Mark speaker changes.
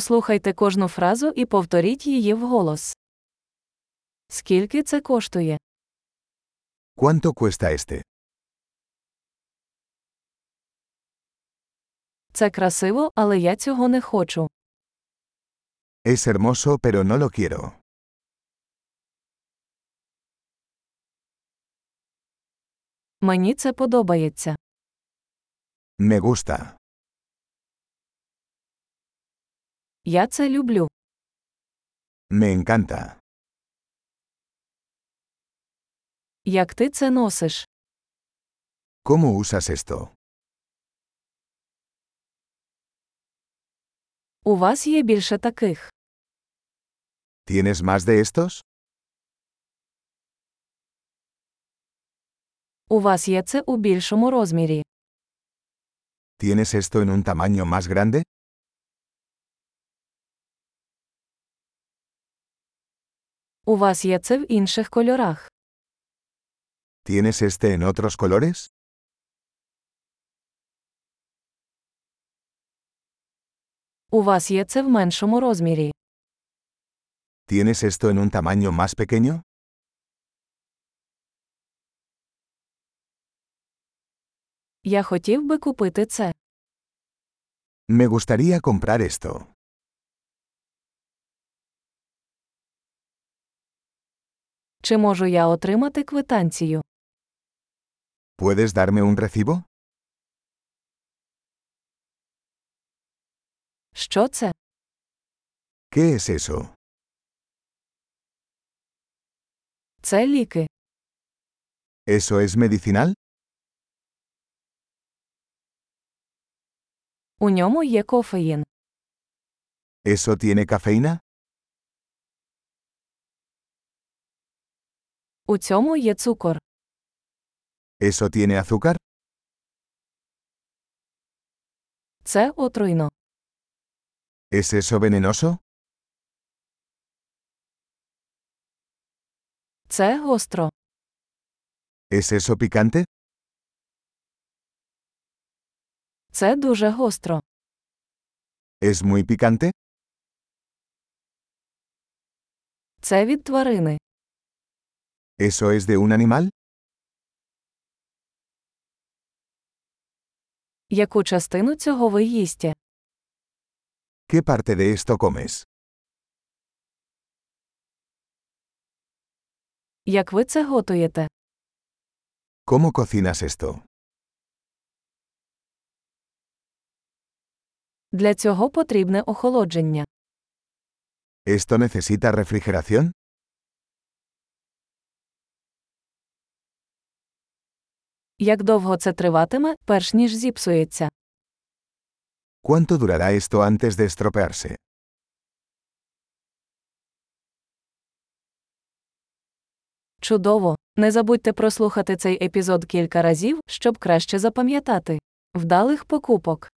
Speaker 1: Послухайте кожну фразу і повторіть її вголос. Скільки це коштує?
Speaker 2: ¿Cuánto cuesta este?
Speaker 1: Це красиво, але я цього не хочу.
Speaker 2: Es hermoso pero no lo quiero.
Speaker 1: Мені це подобається.
Speaker 2: Me gusta.
Speaker 1: Я це люблю.
Speaker 2: Me encanta.
Speaker 1: Як ти це носиш?
Speaker 2: ¿Cómo usas esto?
Speaker 1: У вас є більше таких.
Speaker 2: ¿Tienes más de estos?
Speaker 1: У вас є це у більшому розмірі.
Speaker 2: ¿Tienes esto en un tamaño más grande?
Speaker 1: У вас є це в інших кольорах.
Speaker 2: ¿Tienes este en otros colores?
Speaker 1: У вас є це в меншому розмірі.
Speaker 2: ¿Tienes esto en un tamaño más pequeño?
Speaker 1: Я хотів би купити це.
Speaker 2: Me gustaría comprar esto.
Speaker 1: Чи можу я отримати квитанцію?
Speaker 2: ¿Puedes darme un recibo?
Speaker 1: Що це?
Speaker 2: ¿Qué es eso?
Speaker 1: Це ліки.
Speaker 2: ¿Eso es medicinal?
Speaker 1: У ньому є кофеїн.
Speaker 2: ¿Eso tiene cafeína?
Speaker 1: У цьому є цукор.
Speaker 2: ¿Eso tiene azúcar?
Speaker 1: Це отруйно.
Speaker 2: ¿Es eso venenoso?
Speaker 1: Це гостро.
Speaker 2: ¿Es eso picante?
Speaker 1: Це дуже гостро.
Speaker 2: ¿Es muy picante?
Speaker 1: Це від тварини.
Speaker 2: ¿Eso es de un animal?
Speaker 1: Яку частину цього ви їсте?
Speaker 2: ¿Qué parte de esto comes?
Speaker 1: Як ви це готуєте?
Speaker 2: ¿Cómo cocinas esto?
Speaker 1: Для цього потрібне охолодження.
Speaker 2: ¿Esto necesita refrigeración?
Speaker 1: Як довго це триватиме, перш ніж зіпсується?
Speaker 2: ¿Cuánto durará esto antes de estropearse?
Speaker 1: Чудово! Не забудьте прослухати цей епізод кілька разів, щоб краще запам'ятати. Вдалих покупок!